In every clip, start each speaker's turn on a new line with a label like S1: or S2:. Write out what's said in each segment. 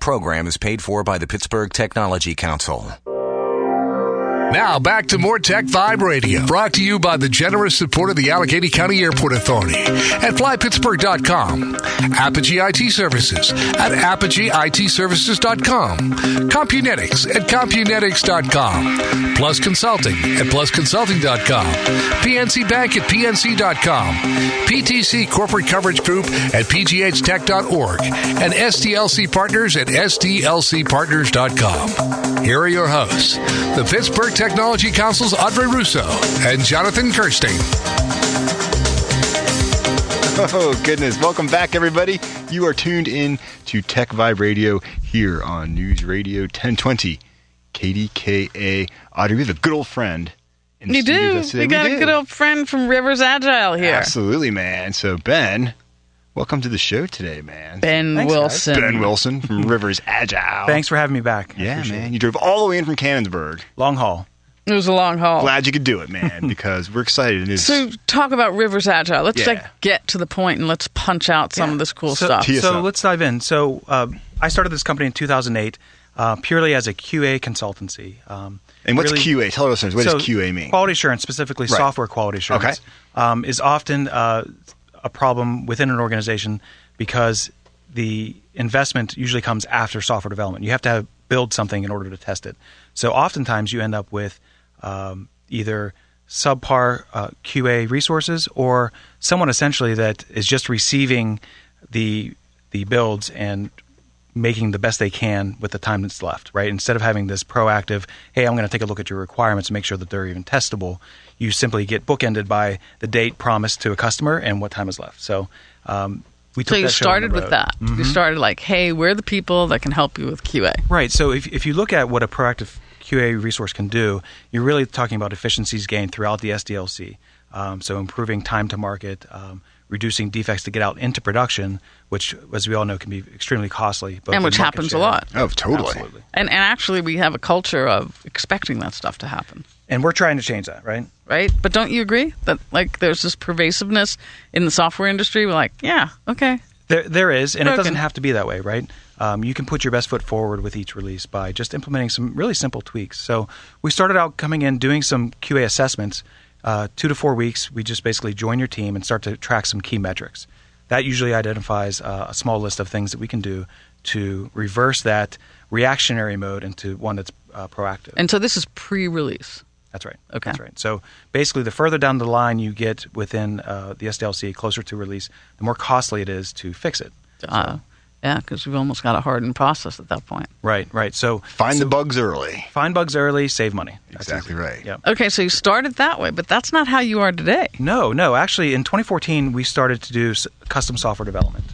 S1: program is paid for by the Pittsburgh Technology Council. Now back to more Tech Vibe Radio, brought to you by the generous support of the Allegheny County Airport Authority at flypittsburgh.com, Apogee IT Services at apogeeitservices.com, Compunetics at compunetics.com, Plus Consulting at plusconsulting.com, PNC Bank at pnc.com, PTC Corporate Coverage Group at pghtech.org, and SDLC Partners at sdlcpartners.com. Here are your hosts, the Pittsburgh Technology Council's Audrey Russo and Jonathan Kirstein.
S2: Oh, goodness. Welcome back, everybody. You are tuned in to Tech Vibe Radio here on News Radio 1020, KDKA. Audrey, we have a good old friend. In the
S3: You
S2: studio with
S3: do.
S2: us today.
S3: We got a
S2: do.
S3: good old friend from Rivers Agile here.
S2: Absolutely, man. So, Ben, welcome to the show today, man.
S3: Ben Wilson.
S2: Ben Wilson from Rivers Agile.
S4: Thanks for having me back. I
S2: Yeah,
S4: appreciate
S2: man.
S4: it.
S2: You drove all the way in from Cannonsburg.
S4: Long haul.
S3: It was a long haul.
S2: Glad you could do it, man, because we're excited. It is
S3: Oh. So talk about Rivers Agile. Let's
S2: Yeah.
S3: like get to the point and let's punch out some of this cool stuff.
S2: Tee us
S4: so
S2: up.
S4: let's dive in. So uh, I started this company in 2008 uh, purely as a QA consultancy. Um,
S2: And what's
S4: really-
S2: QA? Tell our listeners, what
S4: so
S2: does QA mean?
S4: Quality assurance, specifically
S2: Right.
S4: software quality assurance,
S2: Okay.
S4: um, is often uh, a problem within an organization because the investment usually comes after software development. You have to have, build something in order to test it. So oftentimes you end up with um, either subpar uh, QA resources or someone essentially that is just receiving the the builds and making the best they can with the time that's left, right? Instead of having this proactive, hey, I'm going to take a look at your requirements and make sure that they're even testable, you simply get bookended by the date promised to a customer and what time is left. So um, we took
S3: so you
S4: that show on the
S3: started with
S4: road. Mm-hmm.
S3: that. You started like, hey, we're the people that can help you with QA.
S4: Right. So if, if you look at what a proactive QA resource can do, you're really talking about efficiencies gained throughout the SDLC. Um, so improving time to market, um, reducing defects to get out into production, which, as we all know, can be extremely costly. both
S3: And
S4: in
S3: which
S4: market
S3: happens a
S4: share-
S3: lot.
S2: Oh, totally.
S4: Absolutely.
S3: And and actually we have a culture of expecting that stuff to happen.
S4: And we're trying to change that, right?
S3: Right? But don't you agree that like there's this pervasiveness in the software industry? We're like, yeah, okay.
S4: There, there is, and it doesn't
S3: Okay.
S4: have to be that way, right? Um, you can put your best foot forward with each release by just implementing some really simple tweaks. So we started out coming in doing some QA assessments, uh, two to four weeks. We just basically join your team and start to track some key metrics. That usually identifies uh, a small list of things that we can do to reverse that reactionary mode into one that's uh, proactive.
S3: And so this is pre release.
S4: That's right.
S3: Okay.
S4: That's right. So basically, the further down the line you get within uh, the SDLC, closer to release, the more costly it is to fix it.
S3: Uh, yeah, because we've almost got a hardened process at that point.
S4: Right, right. So
S2: Find the bugs early.
S4: find bugs early, save money. That's
S2: Exactly
S4: easy.
S2: right.
S4: Yeah.
S3: Okay, so you started that way, but that's not how you are today.
S4: No, no. Actually, in 2014, we started to do s- custom software development.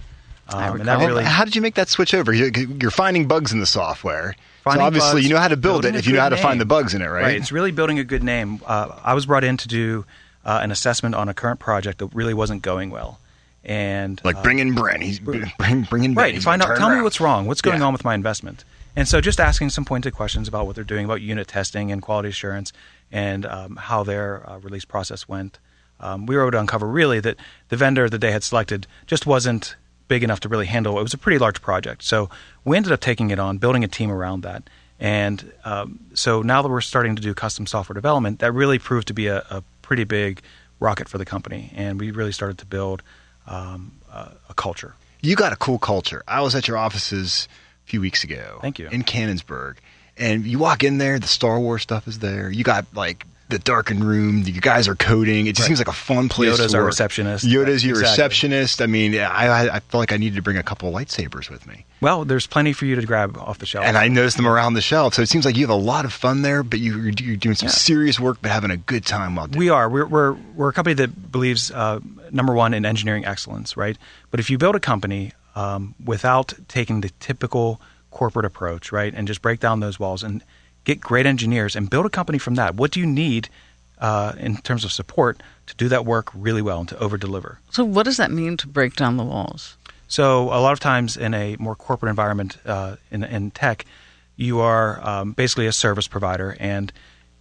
S3: I
S4: Um, and
S3: recall.
S4: that
S2: And
S4: really
S2: How did you make that switch over? You're, you're finding bugs in the software. so
S4: Finding
S2: obviously,
S4: bugs,
S2: you know how to build it
S4: building a
S2: if you know
S4: good
S2: how to find
S4: name.
S2: the bugs in it, right?
S4: It's really building a good name. Uh, I was brought in to do uh, an assessment on a current project that really wasn't going well, and
S2: like
S4: uh,
S2: bring in Brent. He's bring, bring in Brent.
S4: Right.
S2: He's
S4: Find
S2: gonna
S4: out.
S2: turn
S4: Tell me
S2: around.
S4: what's wrong. What's going
S2: Yeah.
S4: on with my investment? And so, just asking some pointed questions about what they're doing about unit testing and quality assurance, and um, how their uh, release process went. Um, we were able to uncover really that the vendor that they had selected just wasn't big enough to really handle. It was a pretty large project, so we ended up taking it on, building a team around that. And um, so now that we're starting to do custom software development, that really proved to be a, a pretty big rocket for the company, and we really started to build um, a, a culture.
S2: You got a cool culture. I was at your offices a few weeks ago.
S4: Thank you.
S2: In Cannonsburg, and you walk in there, the Star Wars stuff is there. You got like the darkened room. You guys are coding. It just seems like a fun place.
S4: Yoda's
S2: to
S4: our
S2: work.
S4: receptionist.
S2: Yoda's your
S4: Exactly.
S2: receptionist. I mean, I, I I feel like I needed to bring a couple lightsabers with me.
S4: Well, there's plenty for you to grab off the shelf.
S2: and I noticed them around the shelf. So it seems like you have a lot of fun there, but you, you're, you're doing some serious work, but having a good time while doing.
S4: we are. We're, we're, we're a company that believes, uh, number one, in engineering excellence, right? But if you build a company um, without taking the typical corporate approach, right? And just break down those walls and get great engineers and build a company from that. What do you need uh, in terms of support to do that work really well and to over deliver?
S3: So, what does that mean to break down the walls?
S4: So a lot of times in a more corporate environment uh, in, in tech, you are um, basically a service provider, and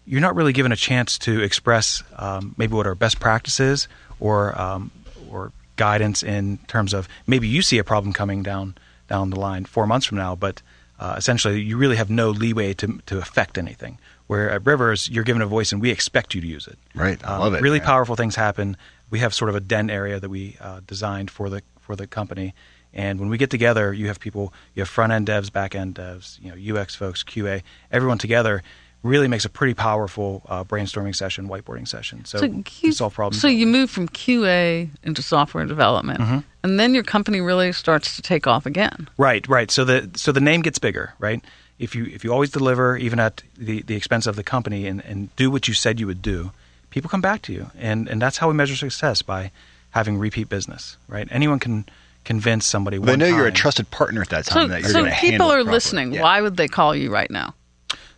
S4: you're not really given a chance to express um, maybe what our best practice is or um, or guidance in terms of maybe you see a problem coming down down the line four months from now, but uh, essentially you really have no leeway to to affect anything. Where at Rivers, you're given a voice, and we expect you to use it.
S2: Right. I
S4: Um,
S2: love it,
S4: Really
S2: man.
S4: powerful things happen. We have sort of a den area that we uh, designed for the for the company. And when we get together, you have people, you have front end devs, back end devs, you know, UX folks, QA, everyone together really makes a pretty powerful uh, brainstorming session, whiteboarding session. So,
S3: you-
S4: we solve problems. Mm-hmm.
S3: So you move from QA into software development, and then your company really starts to take off again.
S4: Right, right. So the so the name gets bigger, right? If you if you always deliver, even at the, the expense of the company, and, and do what you said you would do, people come back to you, and and that's how we measure success by having repeat business, right? Anyone can convince somebody.
S2: They
S4: one
S2: know you're a
S4: time.
S2: trusted partner at that time.
S3: So,
S2: that you're
S3: so
S2: gonna handle
S3: people
S2: it
S3: are
S2: properly.
S3: listening.
S2: Yeah.
S3: Why would they call you right now?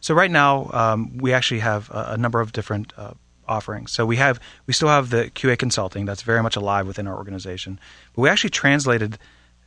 S4: So right now, um, we actually have a, a number of different uh, offerings. So we have we still have the QA consulting that's very much alive within our organization, but we actually translated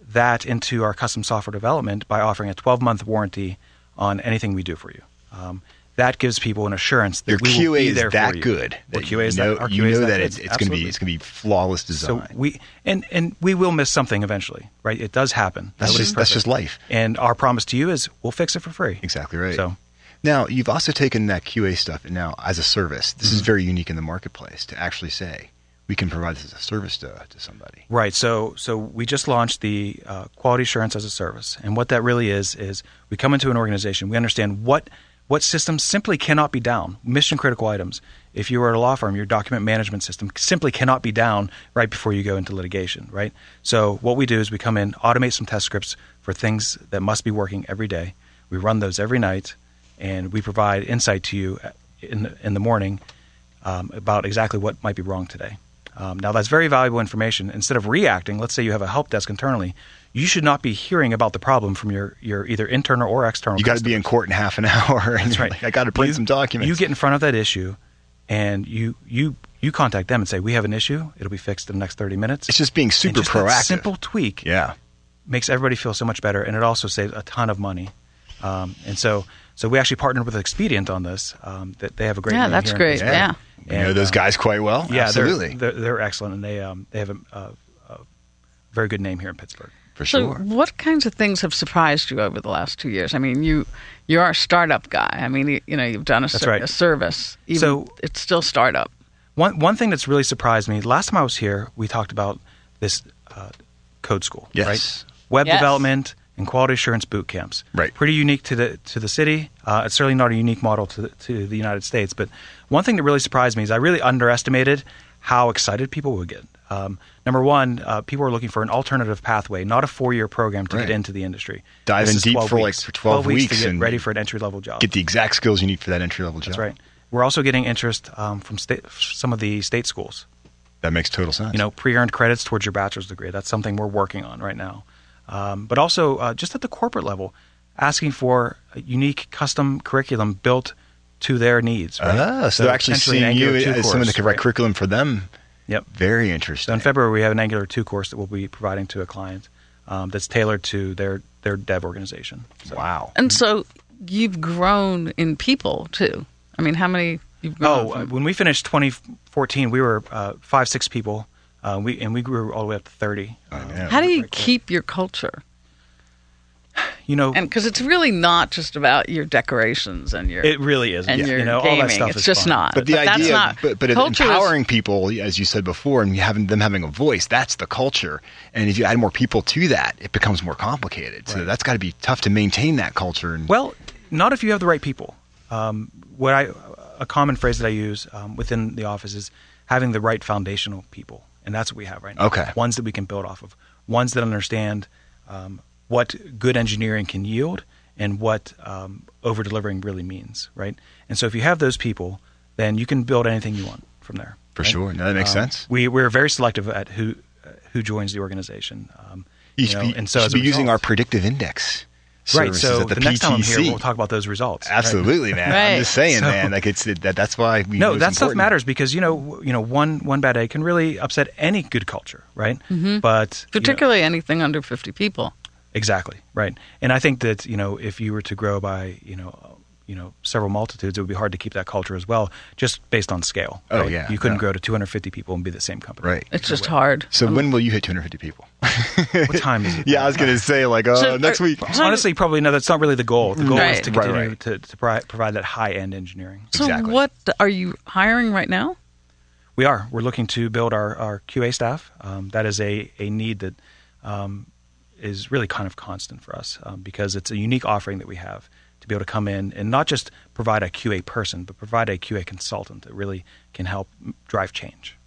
S4: that into our custom software development by offering a 12 month warranty on anything we do for you. Um, that gives people an assurance that
S2: Your
S4: we will
S2: QA
S4: be
S2: is
S4: there for
S2: that
S4: you.
S2: good.
S4: Our
S2: that
S4: QA is
S2: you know,
S4: that, our
S2: you
S4: QA
S2: know
S4: is
S2: that
S4: good.
S2: it's, it's going to be
S4: Absolutely.
S2: it's going to be flawless
S4: So
S2: design.
S4: we and and we will miss something eventually, right? It does happen.
S2: That's
S4: Nobody's
S2: just- that's
S4: perfect.
S2: just life.
S4: And our promise to you is we'll fix it for free.
S2: Exactly right.
S4: So
S2: now you've also taken that QA stuff and now as a service. This
S4: Mm-hmm.
S2: is very unique in the marketplace to actually say we can provide this as a service to, to somebody.
S4: Right. So so we just launched the uh, quality assurance as a service, and what that really is is we come into an organization, we understand what what systems simply cannot be down, mission critical items. If you are at a law firm, your document management system simply cannot be down right before you go into litigation, right? So what we do is we come in, automate some test scripts for things that must be working every day. We run those every night, and we provide insight to you in the, in the morning um, about exactly what might be wrong today. Um, now, that's very valuable information. Instead of reacting, let's say you have a help desk internally, you should not be hearing about the problem from your, your either internal or external.
S2: You got to be in court in half an hour. And
S4: That's right.
S2: I got to print
S4: You-
S2: some documents.
S4: You get in front of that issue, and you you you contact them and say, "We have an issue. It'll be fixed in the next thirty minutes."
S2: it's just being
S4: And
S2: super
S4: just that
S2: proactive.
S4: simple tweak
S2: Yeah.
S4: makes everybody feel so much better, and it also saves a ton of money. Um, and so, so we actually partnered with Expedient on this. Um, that they have a great
S3: Yeah,
S4: name
S3: that's
S4: here in
S3: great,
S4: Pittsburgh.
S3: yeah.
S2: You know those
S4: um,
S2: guys quite well.
S4: Yeah,
S2: Absolutely.
S4: They're, they're, they're excellent, and they um, they have a, a, a very good name here in Pittsburgh.
S2: for
S3: So,
S2: sure.
S3: what kinds of things have surprised you over the last two years? I mean, you you're a startup guy. I mean, you, you know, you've done a, ser-
S4: right.
S3: a service. Even
S4: So-
S3: it's still startup.
S4: One one thing that's really surprised me. Last time I was here, we talked about this uh, code school,
S2: Yes.
S4: right? Web
S3: Yes.
S4: development and quality assurance boot camps,
S2: Right.
S4: Pretty unique to the to the city. Uh, it's certainly not a unique model to the, to the United States. But one thing that really surprised me is I really underestimated how excited people would get. Um, number one, uh, people are looking for an alternative pathway, not a four year program to
S2: Right.
S4: get into the industry.
S2: Dive in
S4: This is
S2: deep
S4: 12
S2: for, like,
S4: weeks.
S2: for 12
S4: weeks
S2: weeks
S4: to get
S2: and
S4: ready for an entry level job.
S2: Get the exact skills you need for that entry level job.
S4: That's right. We're also getting interest um, from state, some of the state schools.
S2: That makes total sense.
S4: You know, pre-earned credits towards your bachelor's degree. That's something we're working on right now. Um, but also, uh, just at the corporate level, asking for a unique custom curriculum built to their needs. Right?
S2: Ah, so, they're actually
S4: potentially an
S2: seeing you
S4: Angular 2
S2: as someone that
S4: course,
S2: can write
S4: right?
S2: curriculum for them.
S4: Yep.
S2: Very
S4: So
S2: interesting.
S4: in February, we have an Angular 2 course that we'll be providing to a client um, that's tailored to their their dev organization. So-
S2: Wow.
S3: And so, you've grown in people too. I mean, how many? You've grown
S4: Oh, uh,
S3: from?
S4: when we finished 2014, we were uh, five, six people, uh, we and we grew all the way up to Uh, 30.
S2: I know.
S3: how do you keep your culture?
S4: You know,
S3: And because it's really not just about your decorations and your
S4: it really is.
S3: and
S4: yeah.
S3: your
S4: you know,
S3: gaming.
S4: all that stuff
S3: it's
S4: is
S3: just
S4: fun.
S3: not.
S2: but the
S3: that's
S2: idea,
S3: not,
S2: but, but
S3: culture is-
S2: empowering people, as you said before, and you having them having a voice, that's the culture. And if you add more people to that, it becomes more complicated. So that's got to be tough to maintain that culture. And
S4: Well, not if you have the right people. Um, what I a common phrase that I use um, within the office is having the right foundational people, and that's what we have right now.
S2: Okay.
S4: ones that we can build off of, ones that understand um, what good engineering can yield and what um, over delivering really means, right? And so, if you have those people, then you can build anything you want from there.
S2: for
S4: right?
S2: sure, no, that makes
S4: Um,
S2: sense.
S4: We we're very selective at who uh, who joins the organization. Um,
S2: You
S4: you
S2: should
S4: know,
S2: be,
S4: and so
S2: should
S4: as a
S2: be using our
S4: result-
S2: predictive index.
S4: Right.
S2: services
S4: So
S2: at the, PTC.
S4: next time I'm here, we'll talk about those results. Right.
S2: Absolutely, man.
S3: Right.
S2: I'm just saying,
S4: So-
S2: man. Like it's that. That's why we know
S4: No,
S2: it's
S4: that stuff
S2: important.
S4: matters because you know, w- you know, one one bad egg can really upset any good culture, right? But you know-
S3: Mm-hmm. particularly anything under 50 people.
S4: Exactly right, and I think that you know if you were to grow by you know uh, you know several multitudes, it would be hard to keep that culture as well, just based on scale.
S2: Oh,
S4: right?
S2: yeah,
S4: you couldn't
S2: no.
S4: grow to 250 people and be the same company.
S2: Right.
S3: It's just hard.
S2: So when will you hit 250 people?
S4: What time is it?
S2: yeah, I was gonna say like uh,
S3: So-
S2: next
S3: are-
S2: week.
S3: so-
S4: Honestly, probably no. That's not really the goal. The goal is
S3: Right.
S4: to
S2: Right,
S4: continue
S2: right.
S4: to, to pri- provide that high end engineering.
S3: So
S2: Exactly.
S3: what are you hiring right now?
S4: We are. We're looking to build our, our QA staff. Um, that is a, a need that um, is really kind of constant for us um, because it's a unique offering that we have to be able to come in and not just provide a QA person, but provide a QA consultant that really can help m- drive change.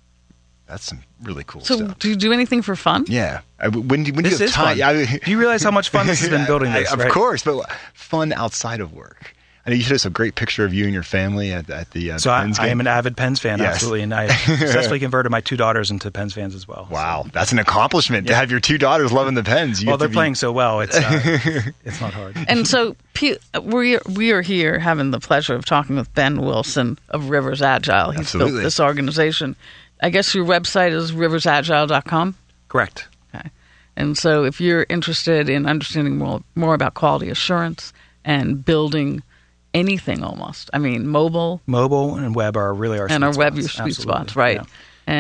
S2: That's some really cool
S3: So
S2: stuff.
S3: do you do anything for fun?
S2: Yeah. I, when do, when
S4: This
S2: do you
S4: is
S2: have time?
S4: fun. do you realize how much fun this has been building
S2: I-
S4: this?
S2: of
S4: right?
S2: course, but uh, fun outside of work. I know you showed us a great picture of you and your family at, at the. Uh,
S4: So I,
S2: Pens
S4: I am
S2: game.
S4: an avid Pens fan,
S2: Yes.
S4: absolutely, and I successfully converted my two daughters into Pens fans as well.
S2: Wow, that's an accomplishment to have your two daughters loving the Pens. You
S4: well,
S2: have to
S4: they're
S2: be-
S4: playing so well, it's uh, it's not hard.
S3: And so pe- we we are here having the pleasure of talking with Ben Wilson of Rivers Agile. He's
S2: Absolutely.
S3: built this organization. I guess your website is riversagile.com.
S4: Correct.
S3: Okay. And so if you're interested in understanding more, more about quality assurance and building anything almost, I mean, mobile
S4: Mobile and web are really our
S3: and
S4: sweet
S3: our web
S4: spots.
S3: sweet
S4: Absolutely.
S3: spots, right?
S4: Yeah. Um,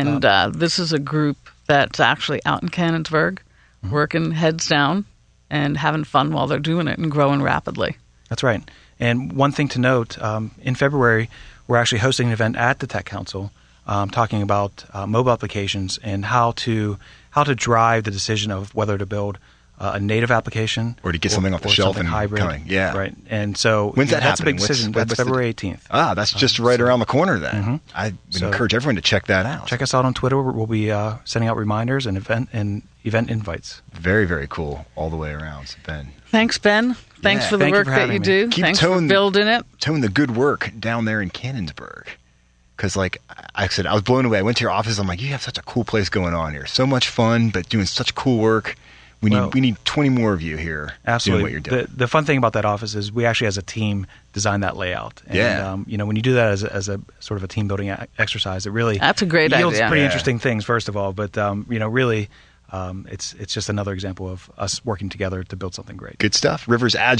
S3: And uh, this is a group that's actually out in Cannonsburg,
S4: Mm-hmm.
S3: working heads down and having fun while they're doing it and growing rapidly.
S4: That's right. And one thing to note um, in February, we're actually hosting an event at the Tech Council um, talking about uh, mobile applications and how to how to drive the decision of whether to build uh, a native application
S2: Or to get something off the
S4: or
S2: shelf
S4: something
S2: and
S4: hybrid.
S2: coming. Yeah.
S4: Right. And so
S2: When's
S4: you know,
S2: that
S4: that's
S2: happening?
S4: a big
S2: What's-
S4: decision.
S2: what's
S4: that's
S2: the-
S4: February 18th.
S2: Ah, that's just right around the corner. Then I would
S4: Mm-hmm. So-
S2: encourage everyone to check that out.
S4: Check us out on Twitter. We'll be uh, sending out reminders and event and event invites.
S2: Very, very cool all the way around. So Ben,
S3: Thanks, Ben. Thanks
S2: Yeah,
S3: for the
S4: thank you
S3: work
S4: for
S3: that
S4: having
S3: you
S4: me.
S3: do.
S2: Keep
S3: Thanks for
S2: towing-
S3: building it.
S2: tone the good work down there in Cannonsburg. Because, like I said, I was blown away. I went to your office. I'm like, you have such a cool place going on here. So much fun, but doing such cool work. We need
S4: Well-
S2: we need 20 more of you here
S4: Absolutely.
S2: doing what you're doing.
S4: The, the fun thing about that office is we actually, as a team, design that layout. And,
S2: Yeah.
S4: Um, you know, when you do that as a, as a sort of a team building a- exercise, it really
S3: That's a great
S4: yields
S3: idea.
S4: pretty
S2: Yeah.
S4: interesting things. First of all, but um, you know, really, um, it's it's just another example of us working together to build something great.
S2: Good stuff.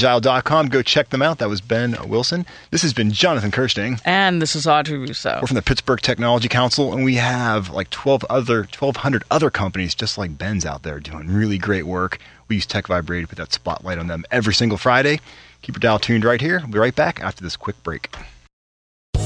S2: Riversagile.com. Go check them out. That was Ben Wilson. This has been Jonathan Kirsting.
S3: And this is Audrey Rousseau.
S2: We're from the Pittsburgh Technology Council, and we have like 12 other, 1,200 other companies just like Ben's out there doing really great work. We use Tech Vibrate to put that spotlight on them every single Friday. Keep your dial tuned right here. We'll be right back after this quick break.